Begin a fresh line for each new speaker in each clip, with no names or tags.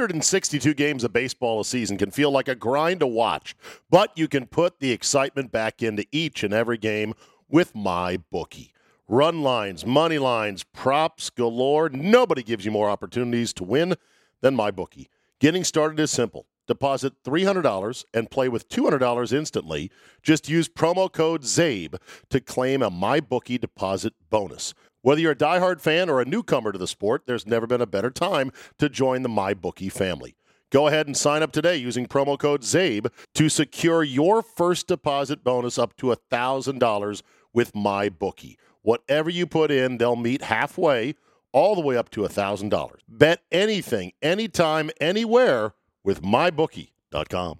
162 games of baseball a season can feel like a grind to watch, but you can put the excitement back into each and every game with my bookie. Run lines, money lines, props galore. Nobody gives you more opportunities to win than my bookie. Getting started is simple. Deposit $300 and play with $200 instantly. Just use promo code ZABE to claim a MyBookie deposit bonus. Whether you're a diehard fan or a newcomer to the sport, there's never been a better time to join the MyBookie family. Go ahead and sign up today using promo code ZABE to secure your first deposit bonus up to $1,000 with MyBookie. Whatever you put in, they'll meet halfway, all the way up to $1,000. Bet anything, anytime, anywhere with mybookie.com.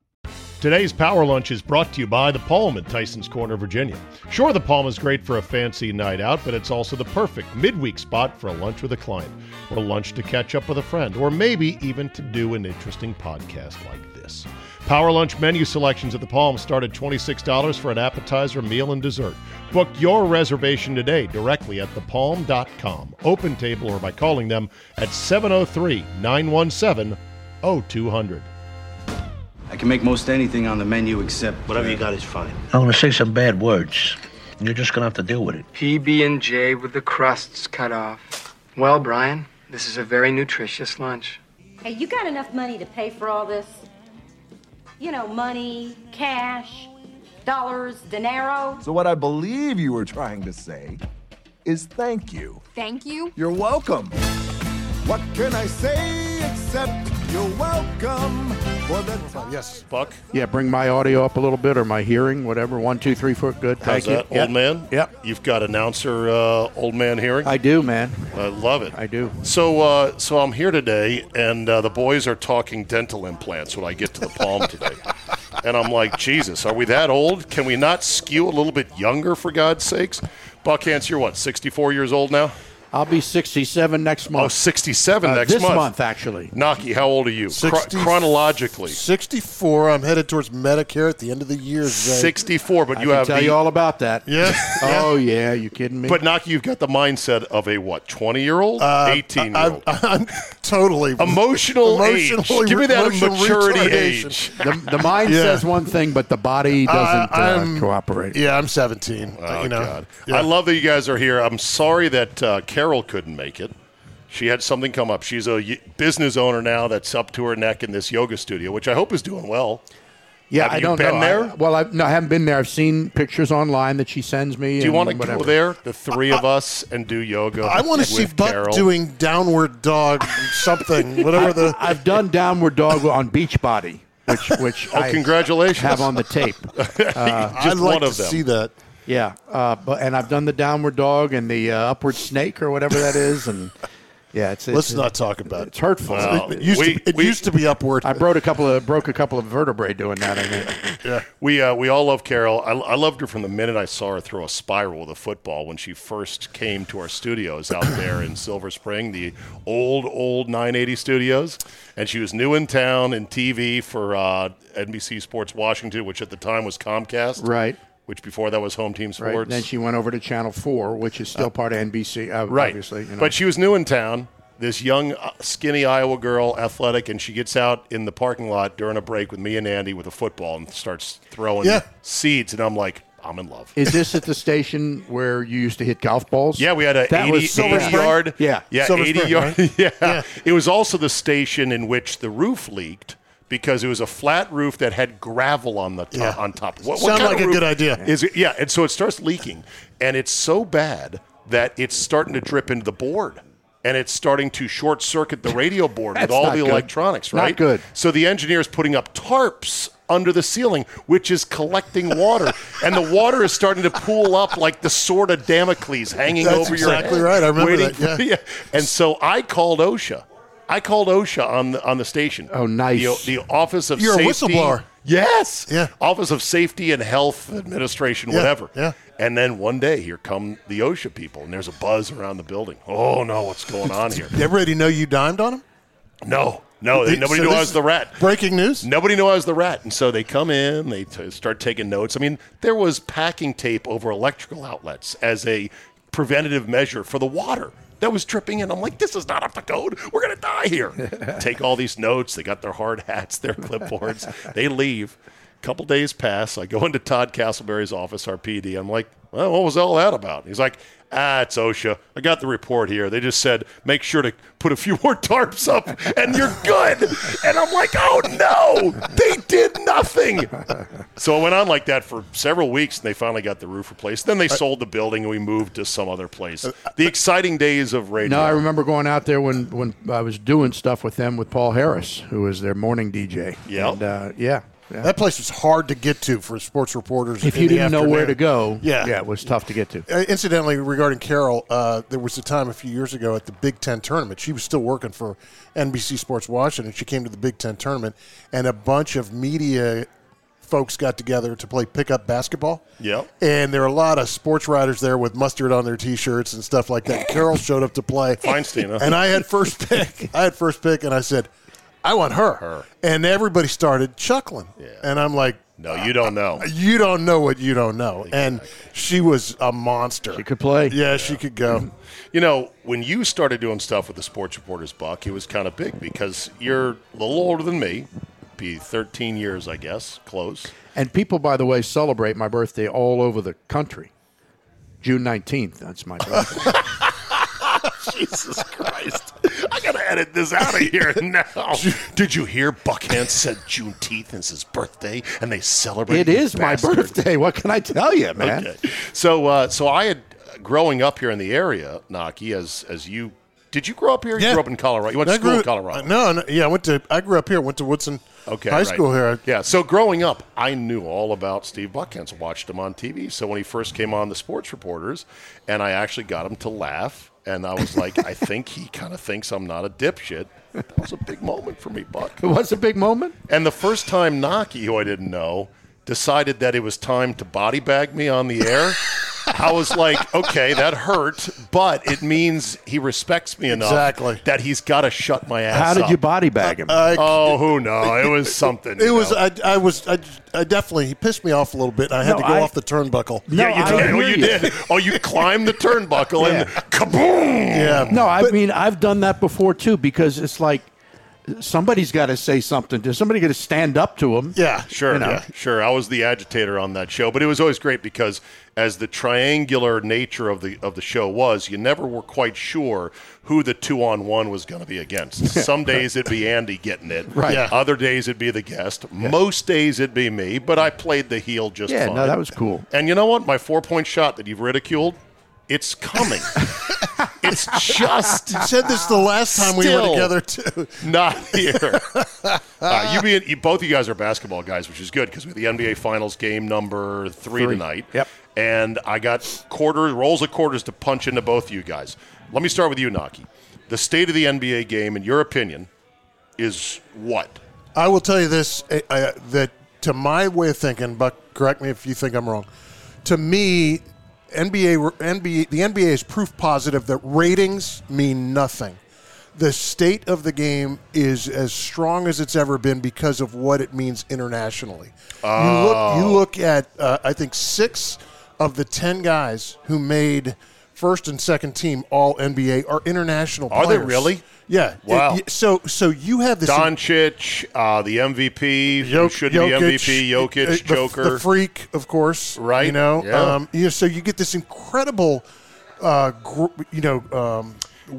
Today's Power Lunch is brought to you by The Palm in Tyson's Corner, Virginia. Sure, The Palm is great for a fancy night out, but it's also the perfect midweek spot for a lunch with a client, or lunch to catch up with a friend, or maybe even to do an interesting podcast like this. Power Lunch menu selections at The Palm start at $26 for an appetizer, meal, and dessert. Book your reservation today directly at thepalm.com, open table, or by calling them at 703 917 0200.
I can make most anything on the menu except uh, whatever you got is fine.
I'm gonna say some bad words. You're just gonna have to deal with it.
PB and J with the crusts cut off. Well, Brian, this is a very nutritious lunch.
Hey, you got enough money to pay for all this? You know, money, cash, dollars, dinero.
So, what I believe you were trying to say is thank you.
Thank you.
You're welcome. What can I say except you're welcome for the time?
Yes, Buck.
Yeah, bring my audio up a little bit or my hearing, whatever. One, two, three, four. Good.
How's
Thank you.
that,
Yeah.
old man?
Yep.
You've got announcer, uh, old man hearing.
I do, man.
I love it.
I do.
So, uh, so I'm here today, and uh, the boys are talking dental implants when I get to the Palm today, and I'm like, Jesus, are we that old? Can we not skew a little bit younger, for God's sakes? Buckhants, you're what, 64 years old now?
I'll be 67 next month.
Oh, 67
Uh,
next
this
month.
month, actually.
Naki, how old are you? Chro-
60
chronologically,
64. I'm headed towards Medicare at the end of the year. Zay.
64, but
I
you
can
have
tell
the,
you all about that.
Yeah.
Oh yeah, you kidding me?
But Naki, you've got the mindset of a what, 20 year old,
Uh,
18 year
I'm,
old.
I'm totally
Emotional age.
Emotionally
Give me that
emotional
maturity
retardation.
age.
the, the mind
Yeah.
says one thing, but the body doesn't uh,
I'm-
cooperate.
Yeah, I'm 17. you know, Uh, Yeah.
Oh, I love that you guys are here. I'm sorry that uh, Carol couldn't make it. She had something come up. She's a y- business owner now that's up to her neck in this yoga studio, which I hope is doing well.
Yeah,
Have
I
you
don't
been
know.
there?
I, well, I, no, I haven't been there. I've seen pictures online that she sends me.
Do you want to go
whatever.
there, the three of us, and do yoga?
I want to
with
see Buck
Carol?
doing downward dog something, whatever the.
I've done downward dog on Beachbody, which which
Oh,
I
congratulations.
have on the tape.
Just
uh, I'd like
one of
to
them.
see that.
Yeah, uh, but and I've done the downward dog and the uh, upward snake or whatever that is, and yeah, it's, it's
Let's not talk about
It's
it.
hurtful.
Wow.
It, used,
We-
to, it
we-
used to be upward.
I broke a couple of broke a couple of vertebrae doing that. I think.
We uh, we all love Carol. I, I loved her from the minute I saw her throw a spiral with a football when she first came to our studios out there in Silver Spring, the old old 980 studios, and she was new in town in TV for uh, NBC Sports Washington, which at the time was Comcast,
Right.
Which before that was Home Team Sports,
Right. Then she went over to Channel Four, which is still part of NBC. Uh,
Right.
Obviously, you know.
But she was new in town. This young, uh, skinny Iowa girl, athletic, and she gets out in the parking lot during a break with me and Andy with a football and starts throwing
Yeah.
seeds. And I'm like, I'm in love.
Is this at the station where you used to hit golf balls?
Yeah, we had a
That
80,
was Silver
80
Spring?
yard.
Yeah.
yeah,
Silver
eighty
Spring,
yard.
right?
Yeah. it was also the station in which the roof leaked because it was a flat roof that had gravel on the top.
Yeah.
On top,
Sound
kind of
like a
roof
good idea.
Is it? Yeah, and so it starts leaking, and it's so bad that it's starting to drip into the board. And it's starting to short circuit the radio board with
That's
all
not
the
good.
electronics,
Not
right?
good.
So the engineer is putting up tarps under the ceiling, which is collecting water, and the water is starting to pool up like the sword of Damocles hanging
That's
over your
exactly
head,
right. I remember
waiting
that,
for-
yeah.
And so I called OSHA. I called OSHA on the on the station.
Oh, nice.
The, the Office of
You're a
Safety-
whistleblower.
Yes.
Yeah.
Office of Safety and Health Administration,
Yeah,
whatever.
yeah.
And then one day, here come the OSHA people, and there's a buzz around the building. Oh no, what's going on here?
Did everybody know you dimed on him?
No, no, they, nobody
So
knew I
this
was
is
the rat.
Breaking news.
Nobody knew I was the rat, and so they come in, they t- start taking notes. I mean, there was packing tape over electrical outlets as a preventative measure for the water that was dripping in. I'm like, this is not up to code. We're gonna die here. Take all these notes. They got their hard hats, their clipboards. they leave. Couple days pass. I go into Todd Castleberry's office, our PD. I'm like, well, what was all that about? He's like, ah, it's OSHA. I got the report here. They just said, make sure to put a few more tarps up and you're good. And I'm like, oh no, they did nothing. So it went on like that for several weeks and they finally got the roof replaced. Then they
Uh,
sold the building and we moved to some other place. The exciting days of radio.
No, I remember going out there when, when I was doing stuff with them with Paul Harris, who was their morning DJ.
Yep.
And, uh, yeah. yeah.
That place was hard to get to for sports reporters.
If
in
you
the
didn't know where to
afternoon.
go,
Yeah.
it was tough to get to.
Uh, Incidentally, regarding Carol, uh, there was a time a few years ago at the Big Ten tournament. She was still working for NBC Sports Washington. She came to the Big Ten tournament, and a bunch of media folks got together to play pickup basketball.
Yep.
And there were a lot of sports writers there with mustard on their T-shirts and stuff like that. Carol showed up to play.
Feinstein, huh?
And I had first pick. I had first pick, and I said, "I want her."
Her.
And everybody started chuckling. Yeah. And I'm like.
no, you don't
Uh,
know.
You don't know what you don't know. And she was a monster.
She could play.
Yeah, she could go.
You know, when you started doing stuff with the Sports Reporters Buck, it was kind of big because you're a little older than me, be 13 years, I guess, close.
And people, by the way, celebrate my birthday all over the country. June 19th, that's my birthday.
Jesus Christ. I got to edit this out of here now. Did you hear Buckhand said Juneteenth is his birthday and they celebrate
it
you
is my
bastard?
birthday. What can I tell you, man?
Okay. So, uh, so I had growing up here in the area, Naki, as as you did you grow up here? You grew up in Colorado. You went to
I
school
grew-
in Colorado.
No, no, yeah, I went to. I grew up here. Went to Woodson
Okay,
High
right.
School here.
Yeah, so growing up, I knew all about Steve Buckhans. Watched him on TV. So when he first came on the Sports Reporters, and I actually got him to laugh, and I was like, I think he kind of thinks I'm not a dipshit. That was a big moment for me, Buck.
It was a big moment.
And the first time Naki, who I didn't know, decided that it was time to body bag me on the air, I was like, okay, that hurt, but it means he respects me enough
Exactly.
that he's got to shut my ass
How did
up.
you body bag him?
I,
Oh, who knows? It was something.
it
you
was.
know.
I, I was. I, I definitely. He pissed me off a little bit. I had
No,
to go
I-
off the turnbuckle.
No,
yeah, you
I
did. Oh,
hear
you
you.
did. Oh, you climbed the turnbuckle and
Yeah.
kaboom!
Yeah.
No, I mean I've done that before too because it's like somebody's got to say something. to somebody got to stand up to him?
Yeah.
Sure,
You know.
yeah, sure. I was the agitator on that show, but it was always great because as the triangular nature of the of the show was, you never were quite sure who the two on one was going to be against. Some days it'd be Andy getting it,
Right. Yeah.
Other days it'd be the guest. Most days it'd be me, but I played the heel just
Yeah,
fine.
no, that was cool.
And you know what? My four point shot that you've ridiculed, it's coming. it's just
I said this the last time we were
Still.
together too.
not here. Uh, you, being, you both of you guys are basketball guys, which is good because we have the NBA Finals game number three, tonight.
Yep.
And I got quarters, rolls of quarters to punch into both you guys. Let me start with you, Naki. The state of the NBA game, in your opinion, is what?
I will tell you this eh, I, I, that to my way of thinking, Buck, correct me if you think I'm wrong. To me, NBA, re- NBA, the NBA is proof positive that ratings mean nothing. The state of the game is as strong as it's ever been because of what it means internationally.
Oh.
You look, you look at, uh, I think, six of the ten guys who made first and second team All NBA are international.
Are they
players.
really?
Yeah.
Wow.
It- so so you have this
Doncic, uh, the MVP, who
Jok-
should be MVP, Jokic,
uh, the,
Joker.
the freak, of course,
Right,
You know,
yeah.
um, you know, so you get this incredible, uh, gr- you know, um,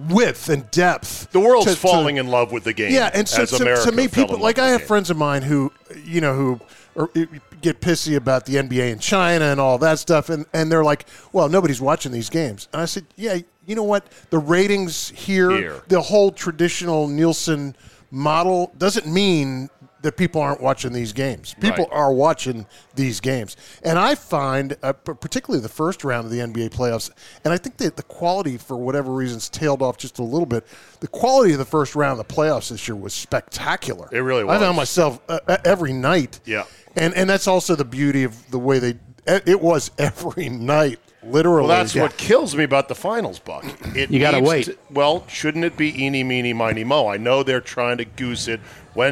width and depth.
The world's
to- to-
falling in love with the game.
yeah, and so
as
to,
America
to me,
fell
people
in
like
love with
I have
the game.
friends of mine who you know who are, uh, get pissy about the NBA in China and all that stuff, and and they're like, well, nobody's watching these games. And I said, yeah, you know what? The ratings here,
Here.
the whole traditional Nielsen model doesn't mean that people aren't watching these games. People
Right.
are watching these games, and I find uh, p- particularly the first round of the NBA playoffs, and I think that the quality, for whatever reasons, tailed off just a little bit. The quality of the first round of the playoffs this year was spectacular.
It really
I
was.
found myself uh, uh, every night.
Yeah.
and and that's also the beauty of the way they. e, It was every night, literally.
Well, that's what kills me about the finals, Buck. It
You gotta
needs
wait.
to- well, shouldn't it be eeny, meeny, miny, mo? I know they're trying to goose it.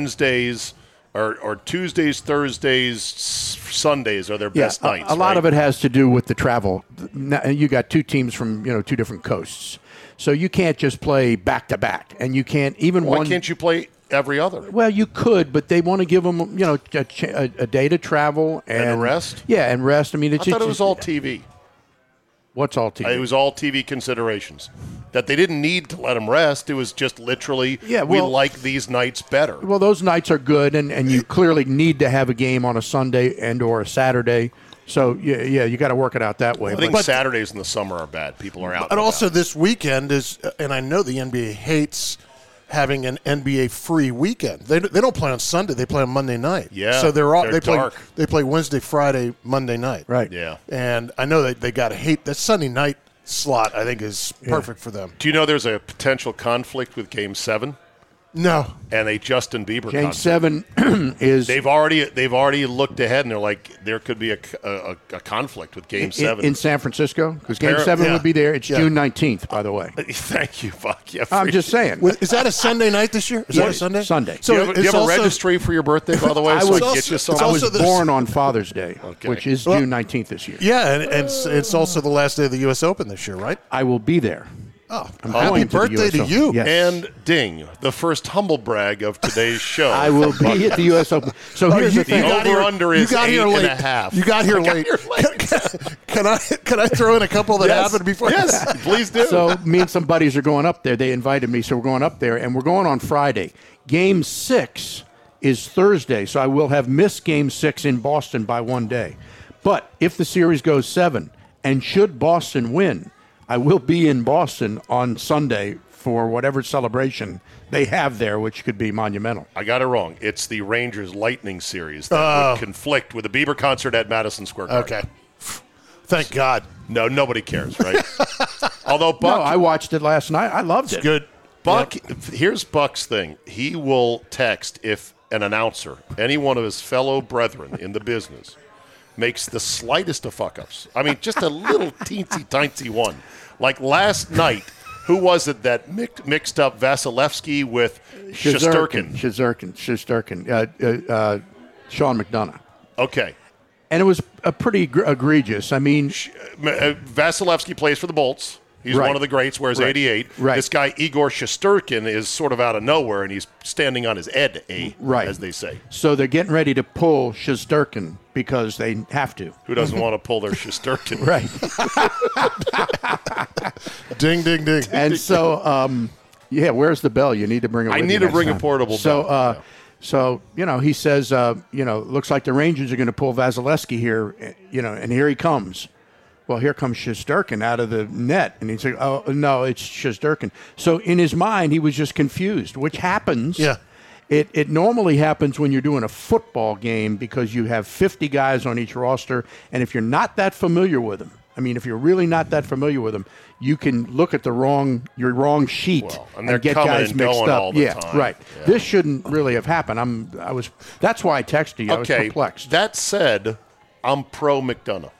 Wednesdays or, or Tuesdays, Thursdays, s- Sundays are their
Yeah,
best
a,
nights.
a lot
right?
of it has to do with the travel. Now, You got two teams from you know two different coasts, so you can't just play back to back, and you can't even
Why
one.
can't you play every other?
Well, you could, but they want to give them you know a, cha- a, a day to travel and,
rest?
Yeah, and rest. I mean,
I
it's
thought it
it's-
was all TV.
what's all team.
It was all TV considerations. That they didn't need to let them rest. It was just literally,
Yeah,
we
well-
like these nights better.
well, those nights are good, and, and you clearly need to have a game on a Sunday and or a Saturday. So yeah, yeah, you got to work it out that way.
I think Saturdays in the summer are bad. People are out.
And
about.
also this weekend is, uh, and I know the NBA hates having an NBA free weekend. They, they don't play on Sunday; they play on Monday night.
Yeah,
so they're all
they're
they play
dark.
they play Wednesday, Friday, Monday night.
Right.
Yeah.
And I know that they got to hate that Sunday night slot. I think is perfect for them.
Do you know there's a potential conflict with Game Seven
No,
and a Justin Bieber?
Game
conflict?
seven is
They've already they've already looked ahead and they're like there could be a, a, a conflict with Game
in,
Seven.
in San Francisco because Game
Apparent-
Seven
yeah.
would be there. It's
Yeah.
June nineteenth, by the way.
Thank you, fuck yeah.
I'm
free-
just saying.
With- is that a Sunday night this year? Is that
Yeah.
a Sunday?
Sunday.
Do
So
you have, a- do you
it's
have a
also-
registry for your birthday, by the way?
I
so
was-
I get you
it's
something.
I
also
was
the-
born on Father's Day,
Okay.
which is
Well-
June nineteenth this year.
Yeah, and, and it's, it's also the last day of the U.S. Open this year, right?
I will be there.
Oh,
I'm
happy
going to the
birthday
US
to,
Open.
you!
Yes.
and ding, the first humble brag of today's show.
I will be at the U.S. Open. So Oh, here's
Oh,
the
you,
thing.
you got
over
here,
under
you
is
got here
eight
late.
and a half.
You got here
I got
late.
here late.
Can, I can I throw in a couple that happened before?
yes, please do.
So me and some buddies are going up there. They invited me, so we're going up there, and we're going on Friday. Game six is Thursday, so I will have missed Game six in Boston by one day. But if the series goes seven, and should Boston win, I will be in Boston on Sunday for whatever celebration they have there, which could be monumental.
I got it wrong. It's the Rangers Lightning series that
Oh.
would conflict with the Bieber concert at Madison Square Garden.
Okay. Thank God.
No, nobody cares, right? Although Buck,
no, I watched it last night. I loved it.
Good.
Buck, here's Buck's thing. He will text if an announcer, any one of his fellow brethren in the business, makes the slightest of fuck ups. I mean, just a little teensy tiny one. Like last night, who was it that mixed, mixed up Vasilevsky with Shusterkin?
Shazerkin. Shazerkin. Uh, uh, uh, Sean McDonough.
Okay.
And it was a pretty gr- egregious. I mean,
M- uh, Vasilevsky plays for the Bolts. He's
Right.
one of the greats, wears
Right.
88.
Right.
This guy, Igor Shosturkin, is sort of out of nowhere, and he's standing on his head, eh,
Right.
as they say.
so they're getting ready to pull Shazerkin because they have to.
Who doesn't want to pull their Shosturkin?
Right.
Ding, ding, ding.
and so, um, yeah, where's the bell? You need to bring it.
I
with
need
you
to
next
bring a
time.
portable
So,
bell,
uh,
yeah.
so you know, he says, uh, you know, looks like the Rangers are going to pull Vasilevsky here, eh, you know, and here he comes. Well, here comes Shisterkin out of the net, and he's like, "Oh no, it's Shisterkin." So in his mind, he was just confused, which happens.
Yeah.
It, it normally happens when you're doing a football game because you have 50 guys on each roster. And if you're not that familiar with them, I mean, if you're really not that familiar with them, you can look at the wrong your wrong sheet
Well, and
and,
they're
get
coming
guys
and
mixed
going
up.
all the
yeah,
time.
right.
Yeah.
This shouldn't really have happened. I'm I was that's why I texted you. I was
okay.
perplexed.
That said, I'm pro McDonough.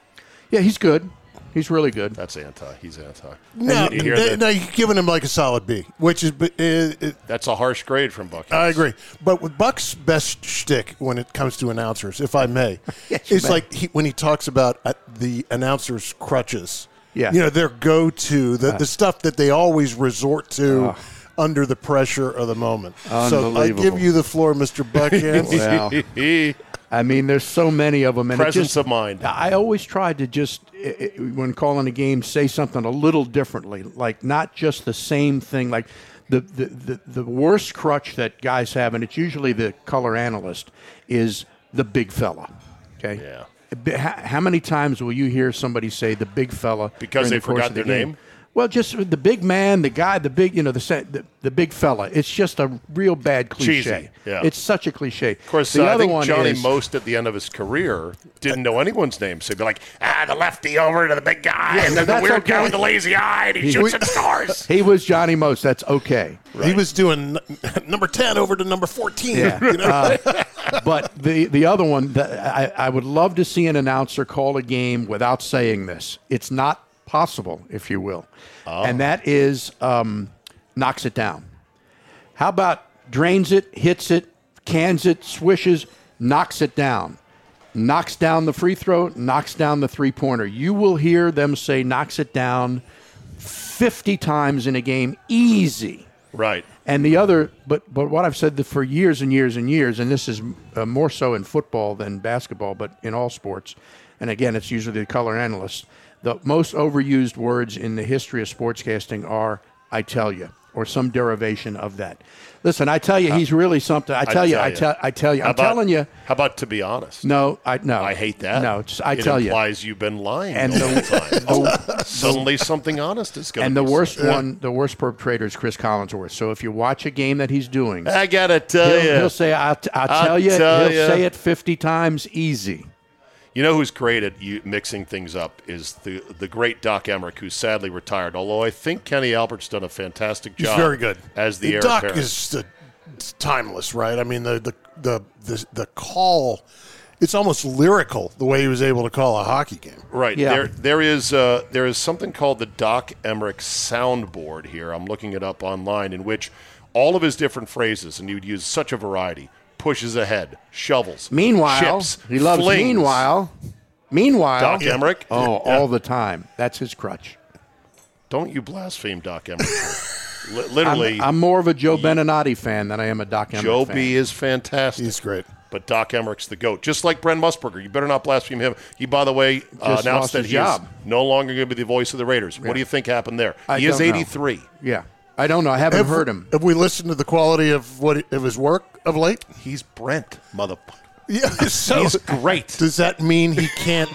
yeah, he's good. He's really good.
That's anti. He's anti.
No,
you hear
they,
that?
no, you're giving him like a solid B, which is. but, uh, uh,
That's a harsh grade from Buck.
Uh,
I agree, but with Buck's best shtick when it comes to announcers, if I may,
Yes, you
it's
may.
like he, when he talks about uh, the announcers' crutches.
Yeah. Uh.
you know their go-to, the, the stuff that they always resort to under the pressure of the moment. So I
Unbelievable.
give you the floor, Mr. Buckhans.
Wow. I mean, there's so many of them. And it
Presence
just-
of mind.
I always try to just, i- i- when calling a game, say something a little differently, like not just the same thing. Like the, the, the, the worst crutch that guys have, and it's usually the color analyst, is the big fella. Okay.
Yeah.
Yeah. How, how many times will you hear somebody say the big fella
Because
during
they
the course
forgot
of the
their
game?
name?
Well, just the big man, the guy, the big, you know, the se- the, the big fella. It's just a real bad cliche.
Cheesy, yeah.
It's such a cliche.
Of course,
the
uh, I
other
think
one
Johnny
is,
Most at the end of his career didn't know anyone's name. So he'd be like, ah, the lefty over to the big guy, and then the
that's
weird guy
okay.
with the lazy eye, and he, shoots at stars.
He was Johnny Most. That's okay.
He was doing n- number ten over to number fourteen.
Yeah.
you know?
Uh, but the the other one that I, I would love to see an announcer call a game without saying this. It's not possible, if you will, and that is um, knocks it down. How about drains it, hits it, cans it, swishes, knocks it down. Knocks down the free throw, knocks down the three pointer. You will hear them say knocks it down 50 times in a game, easy.
Right.
And the other, but but what I've said that for years and years and years, and this is uh, more so in football than basketball, but in all sports, and again, it's usually the color analyst. The most overused words in the history of sportscasting are "I tell you" or some derivation of that. Listen, I tell
Uh,
you, he's really something. I tell you, I tell, I tell you,
How
I'm
about-
telling you.
How about to be honest?
No, I no,
I hate that.
No, it's, I
it
tell you.
implies you've been lying
And
the whole
the-
time.
the-
Suddenly, something honest is going.
And the worst one, the worst perpetrator is Chris Collinsworth. So if you watch a game that he's doing,
I gotta tell
He'll,
you,
he'll say, I'll, t- I'll
I'll
tell you.
tell
he'll
ya.
say it 50 times easy.
You know who's great at you, mixing things up is the the great Doc Emmerich, who's sadly retired. Although I think Kenny Albert's done a fantastic
He's
job.
very good
as the, heir
Duck
apparent.
is the, it's timeless, right? I mean the the the the, the call. It's almost lyrical the way he was able to call a hockey game.
Right.
Yeah.
There, there is uh, there is something called the Doc Emmerich soundboard here. I'm looking it up online, in which all of his different phrases, and you'd use such a variety: pushes ahead, shovels,
Meanwhile,
ships,
he loves
flings.
meanwhile. Meanwhile.
Doc Emmerich?
Oh,
Yeah.
all the time. That's his crutch.
Don't you blaspheme Doc Emmerich? Li-
I'm,
literally,
I'm more of a Joe Beninati fan than I am a Doc Emmerich
Joe
fan.
B is fantastic.
He's great.
But Doc Emmerich's the goat, just like Brent Musburger. You better not blaspheme him. He, by the way, uh, announced
Just lost
that
his
he is
job.
no longer going to be the voice of the Raiders. What do you think happened there?
I
he is
don't know.
83.
Yeah. I don't know. I haven't
Have-
heard him.
Have we listened to the quality of what of his work of late?
He's Brent, motherfucker.
Yeah, so
He's great.
does that mean he can't?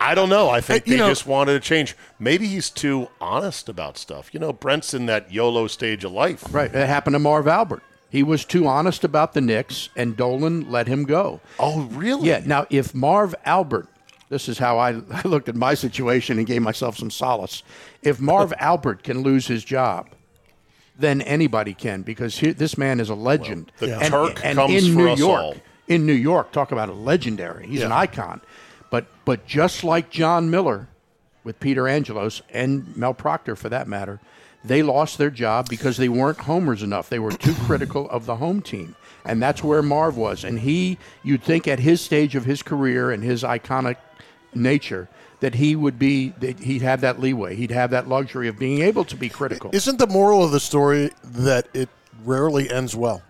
I don't know. I think
Uh, you
they
know-
just wanted to change. Maybe he's too honest about stuff. You know, Brent's in that YOLO stage of life.
Right. It happened to Marv Albert. He was too honest about the Knicks, and Dolan let him go.
Oh, really?
Yeah. Now, if Marv Albert, this is how I, I looked at my situation and gave myself some solace. If Marv Albert can lose his job, then anybody can because he, this man is a legend.
Well, the Turk comes
in
for
New
us
York,
all.
In New York, talk about a legendary. He's an
Yeah.
icon. But but just like John Miller with Peter Angelos and Mel Proctor for that matter, they lost their job because they weren't homers enough. They were too critical of the home team. And that's where Marv was. And he you'd think at his stage of his career and his iconic nature that he would be that he'd have that leeway. He'd have that luxury of being able to be critical.
Isn't the moral of the story that it rarely ends well?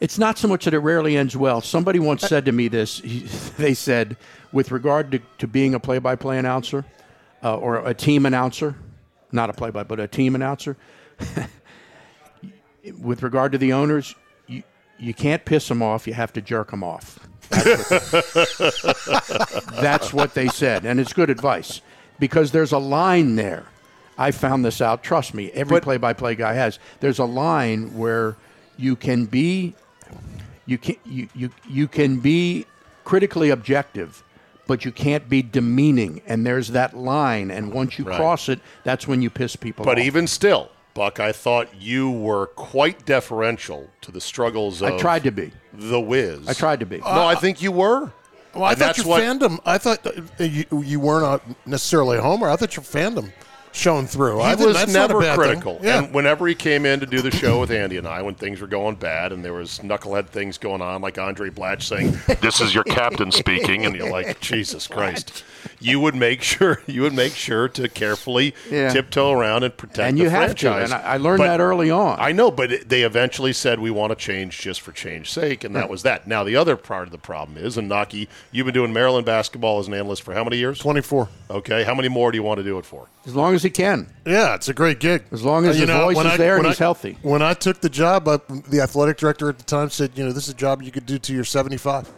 It's not so much that it rarely ends well. Somebody once said to me this. He, they said, with regard to, to being a play by play announcer uh, or a team announcer, not a play by, but a team announcer, with regard to the owners, you, you can't piss them off. You have to jerk them off. That's what they said. And it's good advice because there's a line there. I found this out. Trust me, every play by play guy has. There's a line where you can be you can you, you you can be critically objective, but you can't be demeaning. And there's that line. And once you cross it, that's when you piss people off.
But even still, Buck, I thought you were quite deferential to the struggles of
I tried to be.
The Wiz.
I tried to be.
no, I think you were.
Well, I
And
thought
that's
your
what-
fandom. I thought uh, you, you were not necessarily a homer. I thought your fandom shown through.
He
I think
was
that's not a
never
bad thing.
critical.
Yeah.
And whenever he came in to do the show with Andy and I, when things were going bad and there was knucklehead things going on, like Andre Blatch saying, "This is your captain speaking," and you're like, "Jesus Christ!" You would make sure you would make sure to carefully
Yeah.
tiptoe around and protect
And
the
you have to,
franchise.
and I- I learned that early on.
I know, but it- they eventually said we want to change just for change sake, and that was that. Now the other part of the problem is, and Naki, you've been doing Maryland basketball as an analyst for how many years?
24.
Okay, how many more do you want to do it for?
as long as he can.
Yeah, it's a great gig.
As long as
Uh, you
his voice
when
is there
when
and he's healthy.
When I took the job, I, the athletic director at the time said, you know, this is a job you could do to your 75.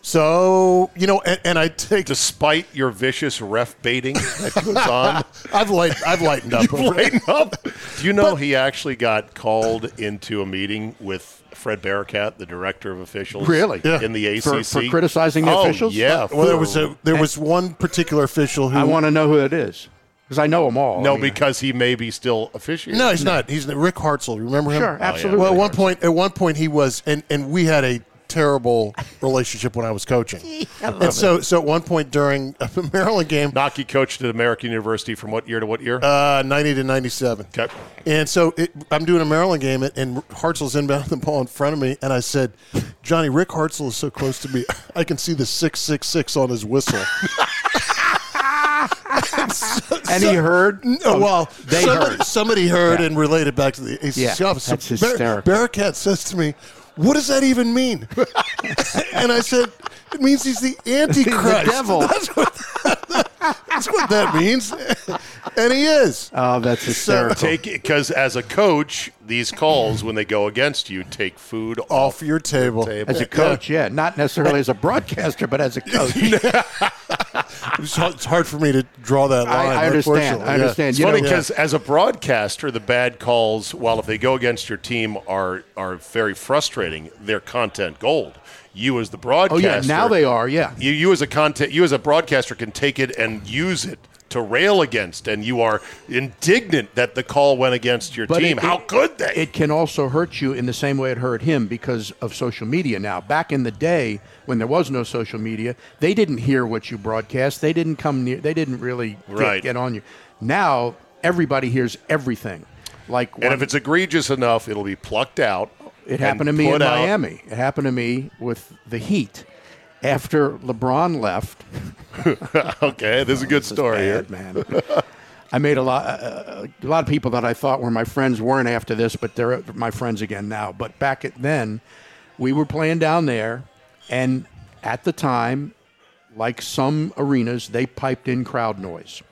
So, you know, and, and I take.
despite your vicious ref baiting that goes on.
I've, light, I've lightened up. over it.
Lighten up. Do you know he actually got called into a meeting with Fred Bearcat, the director of officials?
Really?
Yeah.
In the ACC.
For- for criticizing the
Oh,
officials?
Yeah.
Well, there was a, there was one particular official who
I want to know who it is because I know them all. I
no,
Oh,
mean,
because he may be still officiating.
No, he's not. He's Rick Hartzell. Remember him?
Sure, Oh, yeah, absolutely.
Well, at
Rick
one point, at one point, he was, and and we had a terrible relationship when I was coaching. and so, so at one point during a Maryland game,
Naki coached at American University from what year to what year?
uh, ninety to ninety-seven.
Okay.
And so it, I'm doing a Maryland game, and, and Hartzell's inbound the ball in front of me, and I said, "Johnny, Rick Hartzell is so close to me, I can see the six six six on his whistle."
and he heard. Oh,
No, uh, well,
they
somebody,
heard.
somebody Oh, heard
Yeah.
and related back to the ACC
Yeah,
office.
that's
Bar-
hysterical.
Bearcat says to me, "What does that even mean?" and I said, "It means he's the Antichrist."
devil.
That's what, that's what that means, and he is.
Oh, that's hysterical.
Take because as a coach, these calls when they go against you take food off.
off your table.
as a coach, yeah, not necessarily as a broadcaster, but as a coach,
It's Oh, hard, it's hard for me to draw that line.
I, I understand.
unfortunately.
I
Yeah.
understand.
It's
Oh, You
funny
know,
because as a broadcaster, the bad calls, while if they go against your team, are are very frustrating. They're content gold. You as the
oh
broadcaster,
yeah, now they are. Yeah,
You, you as a content, you as a broadcaster can take it and use it to rail against, and you are indignant that the call went against your team.
it-
How
it-
could they?
It can also hurt you in the same way it hurt him because of social media now. Back in the day when there was no social media, they didn't hear what you broadcast. They didn't come near they didn't really get,
Right.
get on you. Now everybody hears everything. Like
and
one-
if it's egregious enough, it'll be plucked out.
it happened to me in
and put out.
Miami. It happened to me with the Heat. After LeBron left,
Okay, this is a good story here.
bad, man. I made a lot, uh, a lot of people that I thought were my friends weren't after this, but they're my friends again now. But back at then, we were playing down there, and at the time, like some arenas, they piped in crowd noise.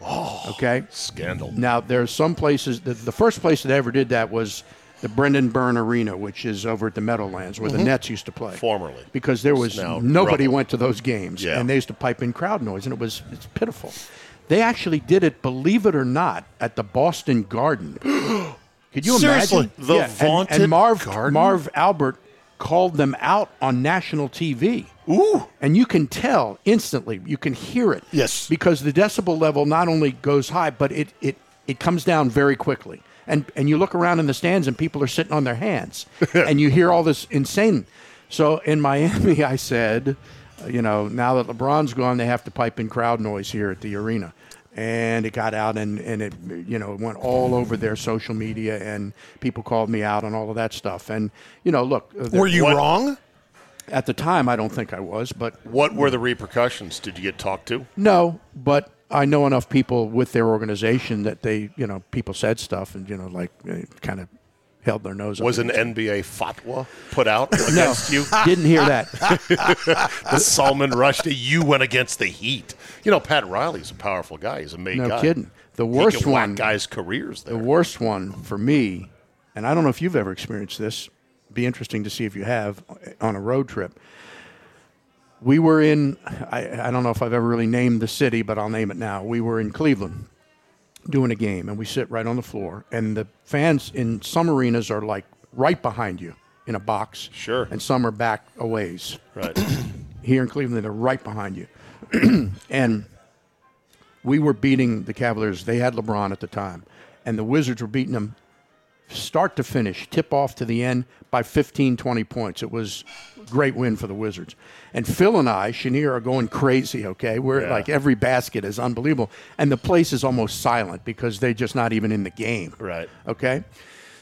Oh, okay.
Scandal.
Now there are some places. The, the first place that ever did that was the Brendan Byrne Arena, which is over at the Meadowlands, where the Nets used to play
Mm-hmm. Formerly.
because there was
now
nobody
rubble.
went to those games,
Yeah.
and they used to pipe in crowd noise, and it was it's pitiful. They actually did it, believe it or not, at the Boston Garden. Could you
Seriously?
imagine?
The
Yeah, and- and,
vaunted
Marv
Garden?
Marv Albert called them out on national TV. Ooh! And you can tell instantly. You can hear it.
Yes.
Because the decibel level not only goes high, but it it it comes down very quickly. And and you look around in the stands, and people are sitting on their hands, and you hear all this insane. So in Miami, I said, uh, you know, now that LeBron's gone, they have to pipe in crowd noise here at the arena. And it got out, and, and it you know it went all over their social media, and people called me out on all of that stuff. And you know, look, uh,
Were you
What-
wrong?
at the time, I don't think I was, but
What were the repercussions? Did you get talked to?
No, but I know enough people with their organization that they, you know, people said stuff and you know, like kind of held their nose.
Was
up
an NBA fatwa put out against you?
Didn't hear that.
The Salman Rushdie, you went against the Heat. You know, Pat Riley's a powerful guy. He's a made
No
guy.
kidding. The
He
worst
can whack
one-
guys' careers there.
the worst one for me, and I don't know if you've ever experienced this. Be interesting to see if you have on a road trip. We were in, I, I don't know if I've ever really named the city, but I'll name it now. We were in Cleveland doing a game, and we sit right on the floor, and the fans in some arenas are like right behind you in a box.
Sure.
And some are back a ways
Right.
here in Cleveland, they're right behind you. and we were beating the Cavaliers. They had LeBron at the time, and the Wizards were beating them start to finish, tip off to the end by 15, 20 points. It was great win for the Wizards. And Phil and I, Chenier, are going crazy, okay? We're like every basket is unbelievable. And the place is almost silent because they're just not even in the game.
Right.
Okay?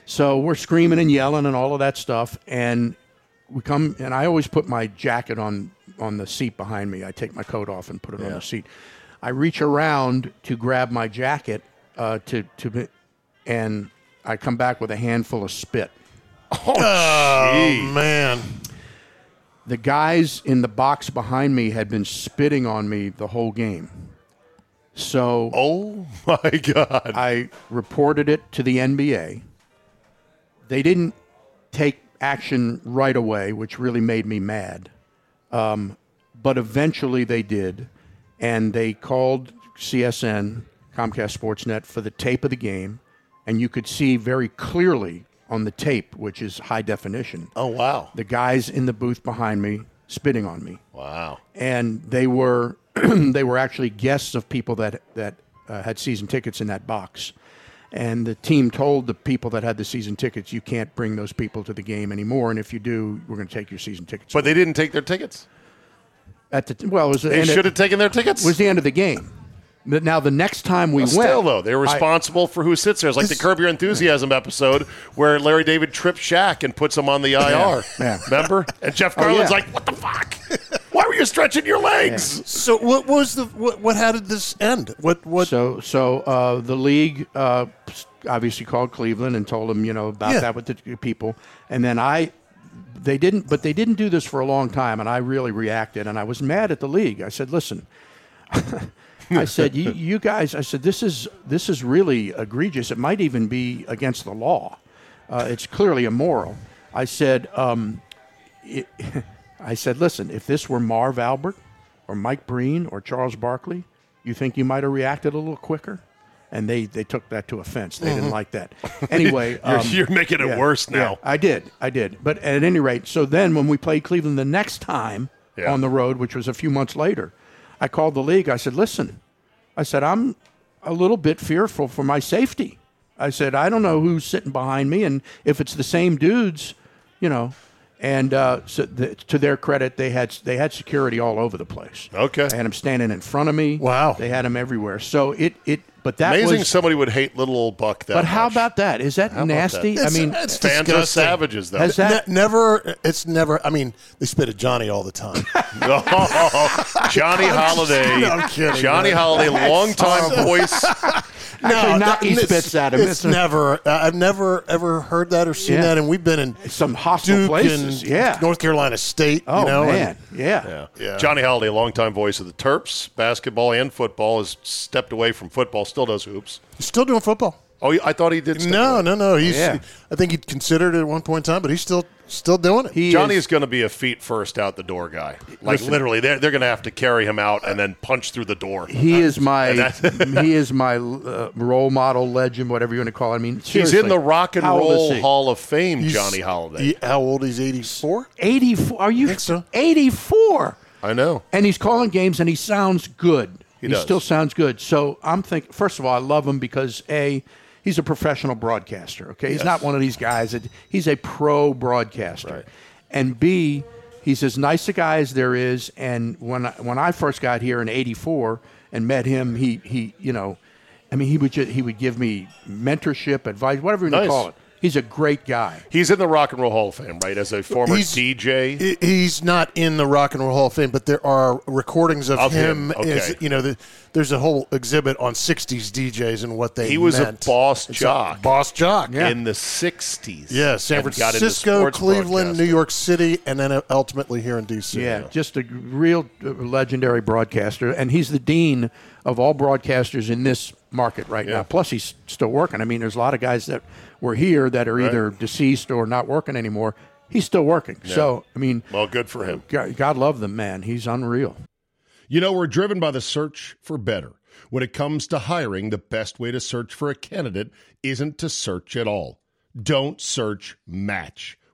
So we're screaming and yelling and all of that stuff. And we come, and I always put my jacket on on the seat behind me. I take my coat off and put it on the seat. I reach around to grab my jacket uh, to to, be- and I come back with a handful of spit.
Oh, man.
The guys in the box behind me had been spitting on me the whole game. So
Oh my God.
I reported it to the NBA. They didn't take action right away, which really made me mad. Um, but eventually they did, and they called CSN, Comcast Sportsnet, for the tape of the game, and you could see very clearly on the tape, which is high definition,
Oh wow.
the guys in the booth behind me spitting on me
Wow.
and they were they were actually guests of people that that uh, had season tickets in that box. And the team told the people that had the season tickets, you can't bring those people to the game anymore, and if you do, we're going to take your season tickets.
But they didn't take their tickets.
at the t- well, it was the
They
end
should
of,
have taken their tickets.
it was the end of the game. But now the next time we went,
Still though, they're
I-
responsible for who sits there. It's like the Curb Your Enthusiasm episode where Larry David trips Shaq and puts him on the IR.
yeah. Oh,
Remember? And Jeff Garland's
yeah.
like, "What the fuck? Why were you stretching your legs?"
So what was the what, what how did this end? What what
So, so uh, the league uh, obviously called Cleveland and told them, you know, about
Yeah.
that with the people, and then I, they didn't, but they didn't do this for a long time, and I really reacted, and I was mad at the league. I said, listen. I said, you, you guys. I said, this is this is really egregious. It might even be against the law. Uh, it's clearly immoral. I said, um, it- I said, listen, if this were Marv Albert or Mike Breen or Charles Barkley, you think you might have reacted a little quicker? And they, they took that to offense. They didn't like that. Anyway,
Mm-hmm. You're,
um,
you're making it
yeah,
worse now.
yeah, I did. I did. But at any rate, so then when we played Cleveland the next time
Yeah.
on the road, which was a few months later, I called the league. I said, listen, I said, I'm a little bit fearful for my safety. I said, I don't know who's sitting behind me. And if it's the same dudes, you know. And uh, so the, to their credit, they had they had security all over the place.
Okay.
they had them standing in front of me.
Wow.
they had them everywhere. So it it but that
Amazing
was.
somebody would hate little old Buck that
but how
much.
about that? Is that nasty?
It's-
I mean,
it's
Fanta
disgusting.
Savages, though?
Has that-
Ne- never it's never I mean, they spit at Johnny all the time.
Oh, Johnny Holiday.
No, I'm kidding,
Johnny
man.
Holiday, longtime voice.
Actually, not
that-
he
it's-
spits at him.
It's,
It's a-
never. I've never ever heard that or seen
Yeah.
that, and we've been in
Some hostile
Duke
places,
and
yeah.
North Carolina State.
Oh
you know, and-
man, yeah.
Yeah. Johnny Holiday, longtime voice of the Terps, basketball and football, has stepped away from football, still does hoops.
still doing football.
Oh, I thought he did. step
No,
away.
no, no. He's.
Yeah.
I think he considered it at one point in time, but he's still still doing it.
He
Johnny
is-
is going to be a feet first out the door guy. Like literally, they're they're going to have to carry him out and then punch through the door.
Uh, he is my
And
he is my uh, role model, legend, whatever you want to call. it. I mean,
He's
seriously,
in the Rock and
how old is
Roll
he?
Hall of Fame,
He's-
Johnny Holiday.
he- how old? He's eighty four.
84. Are you
Think so.
84?
I know.
And he's calling games and he sounds good.
He
He,
does.
still sounds good. So I'm thinking, first of all, I love him because A, he's a professional broadcaster. Okay. He's not one of these guys that he's a pro broadcaster. And B, he's as nice a guy as there is. And when I, when I first got here in 84 and met him, he, he, you know, I mean, he would ju- he would give me mentorship, advice, whatever you want
Nice.
to call it. He's a great guy.
He's in the Rock and Roll Hall of Fame, right? As a former
He's-
DJ.
He- He's not in the Rock and Roll Hall of Fame, but there are recordings of,
Of him,
him.
okay.
as- you know, the, there's a whole exhibit on '60s DJs and what they.
He was a
meant.
boss
It's
jock.
boss jock.
In the '60s,
Yeah, San
and got into
Francisco,
sports
Cleveland,
broadcasting.
New York City, and then ultimately here in D.C.
Yeah, just a real uh, legendary broadcaster, and he's the dean of all broadcasters in this market right now. Plus, he's still working. I mean, there's a lot of guys that were here that are either deceased or not working anymore. He's still working. So, I mean,
Well, good for him.
God, God love the man. He's unreal.
You know, we're driven by the search for better. When it comes to hiring, the best way to search for a candidate isn't to search at all. Don't search match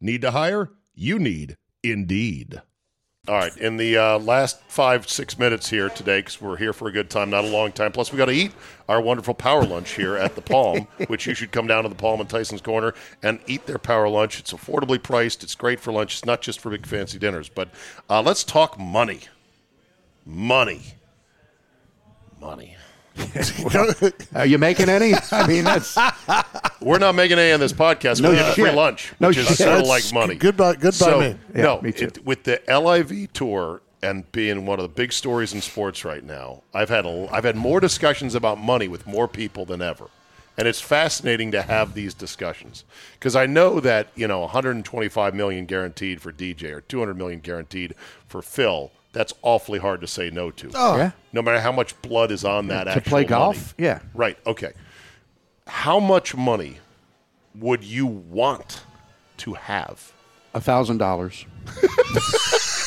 Need to hire? You need Indeed.
All right, in the uh, last five, six minutes here today, because we're here for a good time, not a long time. Plus, we got to eat our wonderful power lunch here at the Palm, which you should come down to the Palm and Tyson's Corner and eat their power lunch. It's affordably priced, it's great for lunch, it's not just for big fancy dinners. But uh, let's talk money. Money. Money.
Are you making any? I mean, that's
We're not making any on this podcast.
No
we get a free
shit.
lunch,
No
which is
shit.
sort of
That's
like money.
good by- good by
so,
me.
Yeah,
no,
me too.
it- with the LIV tour and being one of the big stories in sports right now, I've had a, I've had more discussions about money with more people than ever, and it's fascinating to have these discussions because I know that you know 125 million guaranteed for DJ or 200 million guaranteed for Phil. That's awfully hard to say no to.
yeah.
No matter how much blood is on that
To
actual
play
money.
golf? Yeah.
Right. Okay. How much money would you want to have?
a thousand dollars.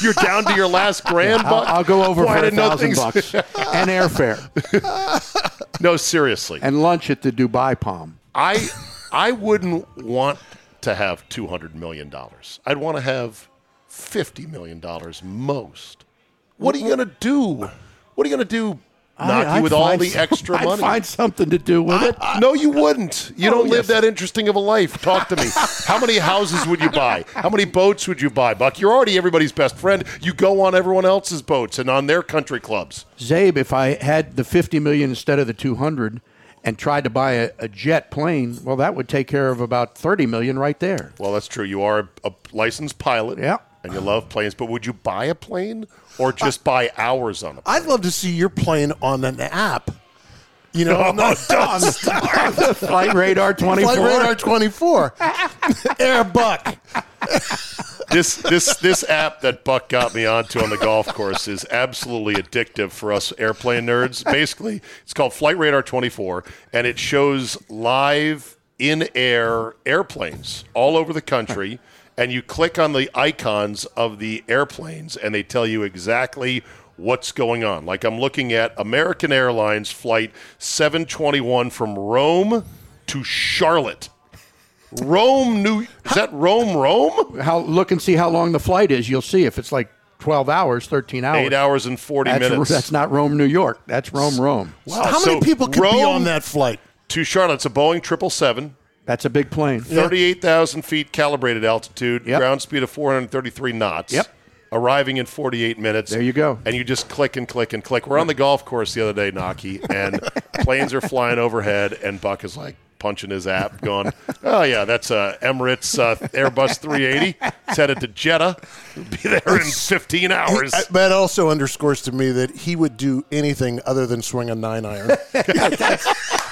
You're down to your last grand
I'll,
buck.
I'll go over
Boy, I
for a
didn't know
thousand
things-
bucks and airfare
No, seriously.
and lunch at the Dubai Palm.
I I wouldn't want to have two hundred million dollars. I'd want to have fifty million dollars most. What are you gonna do? What are you gonna do? Knock
I-
you
I'd
with all
find
the
some-
extra money.
I'd find Oh, something to do with it.
no, you wouldn't. You don't live that interesting of a life. Talk to me. How many houses would you buy? How many boats would you buy, Buck? You're already everybody's best friend. You go on everyone else's boats and on their country clubs.
Zabe, if I had the 50 million instead of the 200 and tried to buy a, a jet plane, well, that would take care of about 30 million right there.
Well, that's true. You are a, a licensed pilot.
Yeah.
And you love planes, but would you buy a plane or just buy hours on a plane?
I'd love to see your plane on an app. You
Oh,
know, on the- on the-
Flight radar 24.
Flight Radar 24. Air Buck.
this this this app that Buck got me onto on the golf course is absolutely addictive for us airplane nerds. Basically, it's called Flight Radar 24, and it shows live in air airplanes all over the country. And you click on the icons of the airplanes, and they tell you exactly what's going on. Like I'm looking at American Airlines Flight 721 from Rome to Charlotte. Rome, New. Is that Rome, Rome?
How, look and see how long the flight is. You'll see if it's like 12 hours, 13 hours.
Eight hours and forty
that's,
minutes.
That's not Rome, New York. That's Rome, Rome.
Wow.
How
So
many people could be
Rome
on that flight?
To Charlotte, it's a Boeing triple seven.
That's a big plane.
38,000 feet calibrated altitude,
Yep.
ground speed of 433 knots.
Yep.
Arriving in 48 minutes.
There you go.
And you just click and click and click. We're on the golf course the other day, Naki, and planes are flying overhead, and Buck is like punching his app, going, Oh, yeah, that's uh, Emirates uh, Airbus 380. It's headed to Jeddah. It'll be there in 15 hours.
I- that also underscores to me that he would do anything other than swing a nine iron.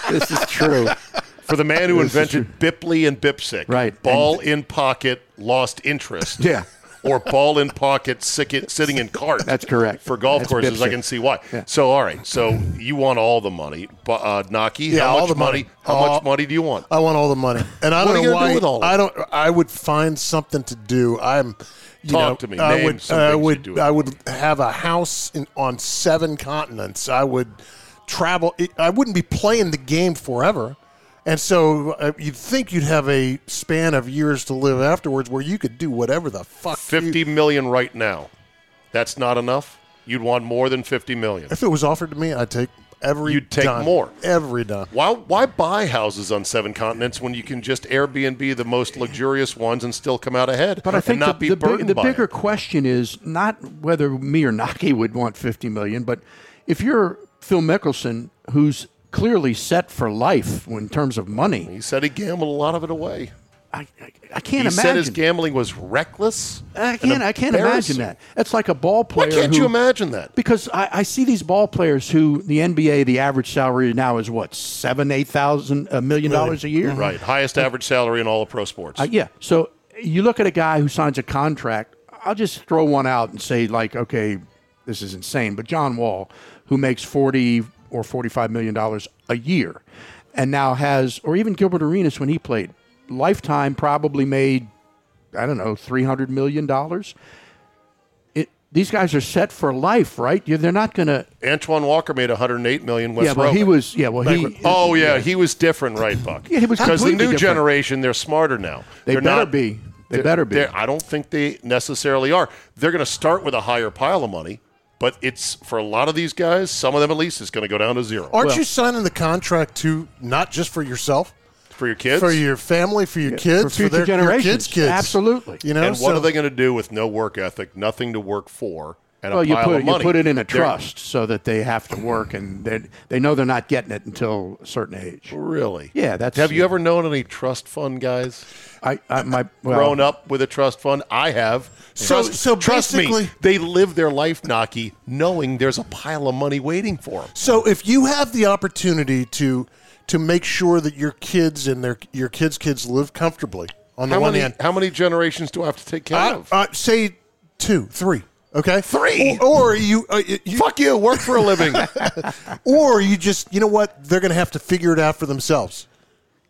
This is true.
for the man who invented Bipley and Bipsick.
Right.
Ball in pocket, lost interest.
Yeah.
Or ball in pocket, sick it, sitting in cart.
That's correct.
For golf
That's
courses, I
Bipsick.
can see why.
Yeah.
So, all right. So you want all the money, but uh, Naki?
Yeah,
how
all
much
the money.
How
All-
Uh,
much money do you want?
I want all the money, and I
What are
don't
you
know
gonna do
why.
with all of it?
I don't. I would find something to do. I'm. You
Talk
know,
to me.
I
Name
would.
some things
I
you
would.
do with
I
it.
would have a house in, on seven continents. I would travel. It, I wouldn't be playing the game forever, and so uh, you'd think you'd have a span of years to live afterwards where you could do whatever the fuck. you-
Fifty million right now. That's not enough. You'd want more than fifty million.
if it was offered to me, I'd take every
You'd take
dime.
more.
every dime.
Why, why buy houses on seven continents when you can just Airbnb the most luxurious ones and still come out ahead
But I think
and not
the,
be
the, big-
burdened
the
by
bigger
it?
question is not whether me or Naki would want 50 million, but if you're Phil Mickelson, who's clearly set for life in terms of money,
He said he gambled a lot of it away.
I, I, I can't
he
imagine.
said his gambling was reckless.
I
and
can't. I can't imagine
embarrassing.
that. That's like a ball
Why
player.
can't
who-
you imagine that?
Because I, I see these ball players who the NBA, the average salary now is what seven, eight thousand, a million dollars a year.
Mm-hmm. Right. Highest average salary in all of pro sports.
Uh, yeah. So you look at a guy who signs a contract. I'll just throw one out and say, like, okay, this is insane. But John Wall, who makes forty or forty-five million dollars a year, and now has, or even Gilbert Arenas when he played, lifetime probably made, I don't know, three hundred million dollars. It These guys are set for life, right? You- They're not going to.
Antoine Walker made 108 million. West
Yeah, but he
Rowan.
was. Yeah, well, he.
Oh yeah, he was different, right, Buck?
Yeah, he was
because the new
completely different.
generation they're smarter now.
They
They're
better
not-
be. They
they're-
better be.
they're- I don't think they necessarily are. They're going to start with a higher pile of money, but it's for a lot of these guys. Some of them at least is going to go down to zero
Aren't you signing the contract to not just for yourself,
for your kids.
for your family, for your kids,
for future
their, your
generations.
kids' kids?
Absolutely.
You know,
and what
so-
are they going to do with no work ethic, nothing to work for, and
Well,
a
you
pile
put,
of money?
you put it in a
They're-
trust so that they have to work and they they know they're not getting it until a certain age.
Really?
Yeah, that's-
Have you ever known any trust fund guys?
I, I my well,
grown up with a trust fund. I have.
So-
trust,
so
trust me,
basically-
they live their life, Naki, knowing there's a pile of money waiting for them.
So if you have the opportunity to to make sure that your kids and their your kids' kids live comfortably on the
How
one
many,
hand,
how many generations do I have to take care
I,
of?
uh,
I, say two, three, okay,
Three?
or, or you, uh, you,
Fuck you, work for a living.
or you just you know what they're going to have to figure it out for themselves.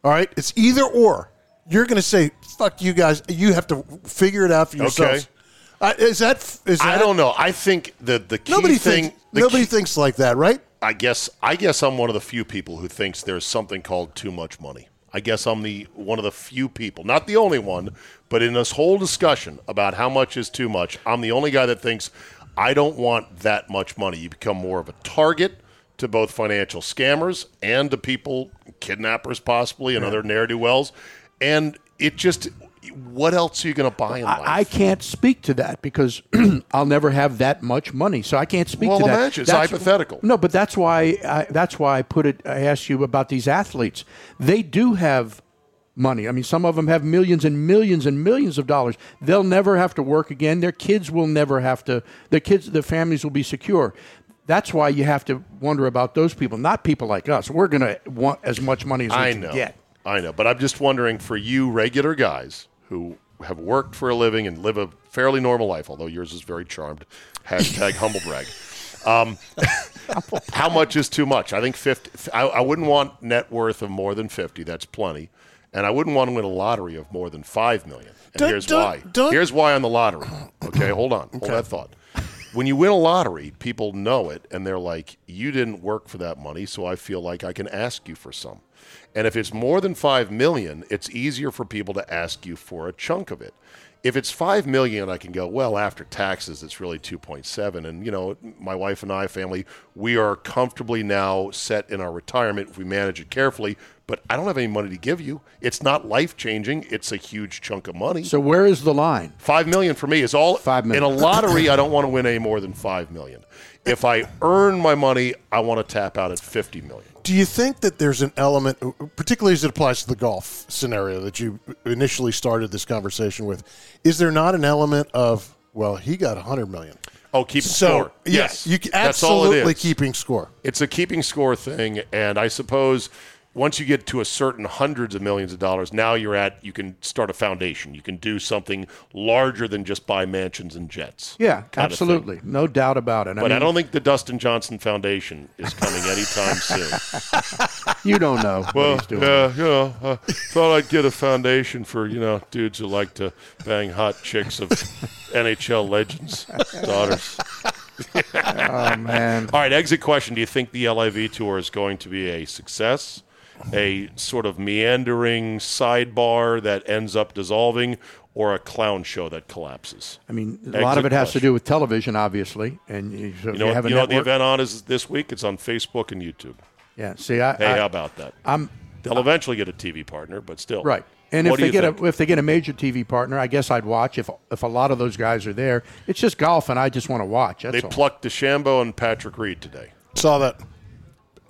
All right, it's either or. You're going to say fuck you guys. You have to figure it out for yourselves. Uh, is that is that
I don't know. I think the, the key
Nobody
thing.
thinks
the
nobody
key-
thinks like that, right?
I guess I guess I'm one of the few people who thinks there's something called too much money. I guess I'm the one of the few people, not the only one, but in this whole discussion about how much is too much, I'm the only guy that thinks I don't want that much money. You become more of a target to both financial scammers and to people, kidnappers possibly, and other ne'er do wells. And it just, what else are you going to buy in life?
I, I can't speak to that because I'll never have that much money, so I can't speak
Well,
to that.
imagine. It's hypothetical.
No, but that's why I, that's why I put it. I asked you about these athletes. They do have money. I mean, some of them have millions and millions and millions of dollars. They'll never have to work again. Their kids will never have to. Their kids, their families will be secure. That's why you have to wonder about those people, not people like us. We're going to want as much money as we
I
can
know.
get.
I know. But I'm just wondering for you regular guys who have worked for a living and live a fairly normal life, although yours is very charmed. Hashtag humble brag. Um, how much is too much? I think 50. I, I wouldn't want net worth of more than 50. That's plenty. And I wouldn't want to win a lottery of more than 5 million. And
Don't-
here's
don't-
why.
don't-
Here's why on the lottery. Okay, hold on. Hold that thought. When you win a lottery, people know it and they're like, you didn't work for that money, so I feel like I can ask you for some. And if it's more than 5 million, it's easier for people to ask you for a chunk of it. If it's 5 million, I can go, well, after taxes it's really 2.7 and you know, my wife and I family, we are comfortably now set in our retirement if we manage it carefully, but I don't have any money to give you. It's not life-changing, it's a huge chunk of money.
So where is the line?
Five million for me is all.
Five million.
in a lottery. I don't want to win any more than five million. If I earn my money, I want to tap out at fifty million.
Do you think that there's an element, particularly as it applies to the golf scenario that you initially started this conversation with, is there not an element of well, he got a hundred million?
Oh, keep score.
yeah,
yes,
you c-
That's all it
absolutely
is.
keeping score.
It's a keeping score thing, and I suppose once you get to a certain hundreds of millions of dollars, now you're at you can start a foundation. You can do something larger than just buy mansions and jets. kind
Yeah,
of thing.
absolutely, no doubt about it.
But I don't think the Dustin Johnson Foundation is coming anytime soon.
You don't know what he's doing.
Yeah, you know, I thought I'd get a foundation for, you know, dudes who like to bang hot chicks of NHL legends' daughters.
Oh man.
All right, exit question. Do you think the LIV tour is going to be a success? A sort of meandering sidebar that ends up dissolving? or a clown show that collapses?
I mean, a
Exit
lot of it has to
question.
do with television, obviously, and you, so
You
if you
know,
have a
you know what the
network.
event on is this week. It's on Facebook and YouTube.
yeah. See, I,
Hey,
I-
how about that?
I'm
They'll eventually get a TV partner, but still,
right. And
What
if
do
they
you
get
think?
a if they get a major TV partner, I guess I'd watch if if a lot of those guys are there. It's just golf, and I just want to watch. That's
they
all.
plucked DeChambeau and Patrick Reed today.
Saw that.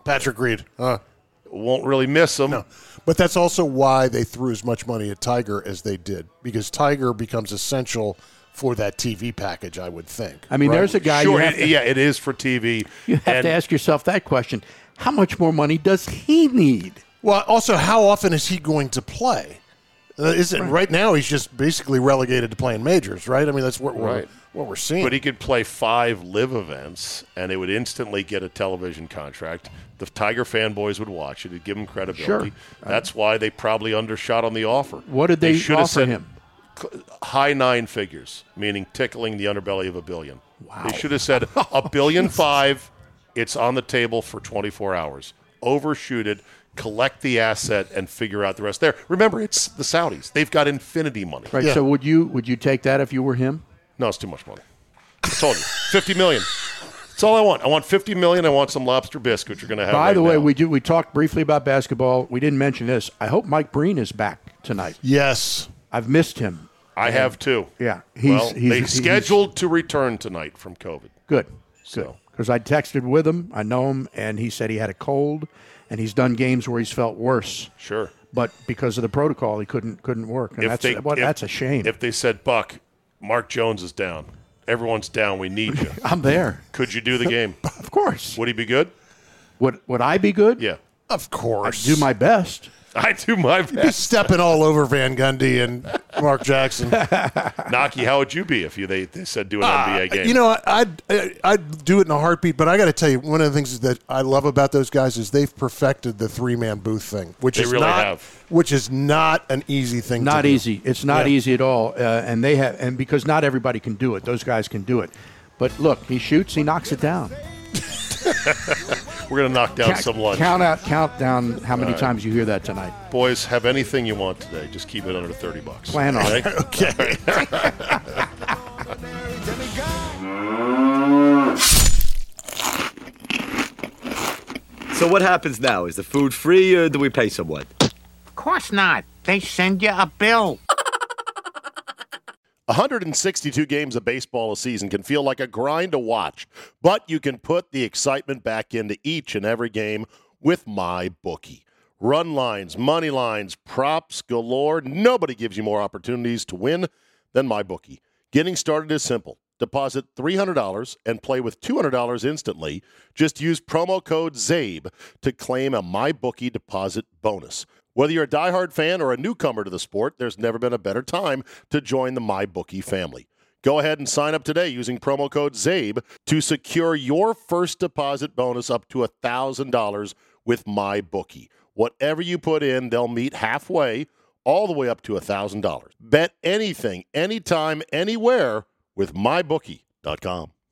Patrick Reed. Uh,
Won't really miss them.
but that's also why they threw as much money at Tiger as they did, because Tiger becomes essential for that TV package, I would think.
I mean, there's a guy.
sure,
you have
it-
to,
yeah, it is for TV.
you have
and
to ask yourself that question: How much more money does he need?
Well, also, how often is he going to play? Uh, is it right. now? He's just basically relegated to playing majors, right? I mean, that's what we're
Right.
what we're seeing.
But he could play five live events, and it would instantly get a television contract. The Tiger fanboys would watch it; it'd give him credibility.
Sure.
That's why they probably undershot on the offer.
What did they,
should have
offer
said
him?
High nine figures, meaning tickling the underbelly of a billion. Wow. They should have said a billion five. It's on the table for 24 hours. Overshoot it. Collect the asset and figure out the rest there. Remember, it's the Saudis. They've got infinity money.
Right. So would you would you take that if you were him?
No, it's too much money. I told you, fifty million. That's all I want. I want fifty million. I want some lobster biscuit you're going to have.
By
right
the way,
now.
we do we talked briefly about basketball. We didn't mention this. I hope Mike Breen is back tonight.
yes,
I've missed him.
I have two.
Yeah, he's-
well,
he's-
they
he's-
scheduled to return tonight from COVID.
Good.
So
Because I texted with him. I know him, and he said he had a cold, and he's done games where he's felt worse.
sure.
But because of the protocol, he couldn't couldn't work, and that's what,
if-
that's a shame.
If they said Buck, Mark Jones is down. Everyone's down. We need you.
I'm there,
Could you do the game?
of course.
Would he be good?
Would would I be good?
Yeah.
of course.
do my best.
I do my best.
stepping all over Van Gundy and Mark Jackson.
Naki, how would you be if you they, they said do an
Ah,
NBA game?
Ah, You know, I- I'd I- I'd do it in a heartbeat. But I got to tell you, one of the things that I love about those guys is they've perfected the three man booth thing, which
They
is
really
not
have.
which is not an easy thing.
Not
to do.
easy. It's not
Yeah.
easy at all. Uh, and they have, and because not everybody can do it. Those guys can do it. But look, he shoots, he knocks it down.
we're going to knock down
Count-
some lunch.
Count out, count down. How many times you hear that tonight?
Boys, have anything you want today. Just keep it under 30 bucks.
Plan on it.
Okay?
Okay.
So what happens now? Is the food free or do we pay someone?
Of course not. They send you a bill.
162 games of baseball a season can feel like a grind to watch, but you can put the excitement back into each and every game with my bookie. Run lines, money lines, props galore. Nobody gives you more opportunities to win than my bookie. Getting started is simple. Deposit $300 and play with $200 instantly. Just use promo code ZABE to claim a MyBookie deposit bonus. Whether you're a diehard fan or a newcomer to the sport, there's never been a better time to join the MyBookie family. Go ahead and sign up today using promo code ZABE to secure your first deposit bonus up to $1,000 with MyBookie. Whatever you put in, they'll meet halfway, all the way up to $1,000. Bet anything, anytime, anywhere with mybookie.com.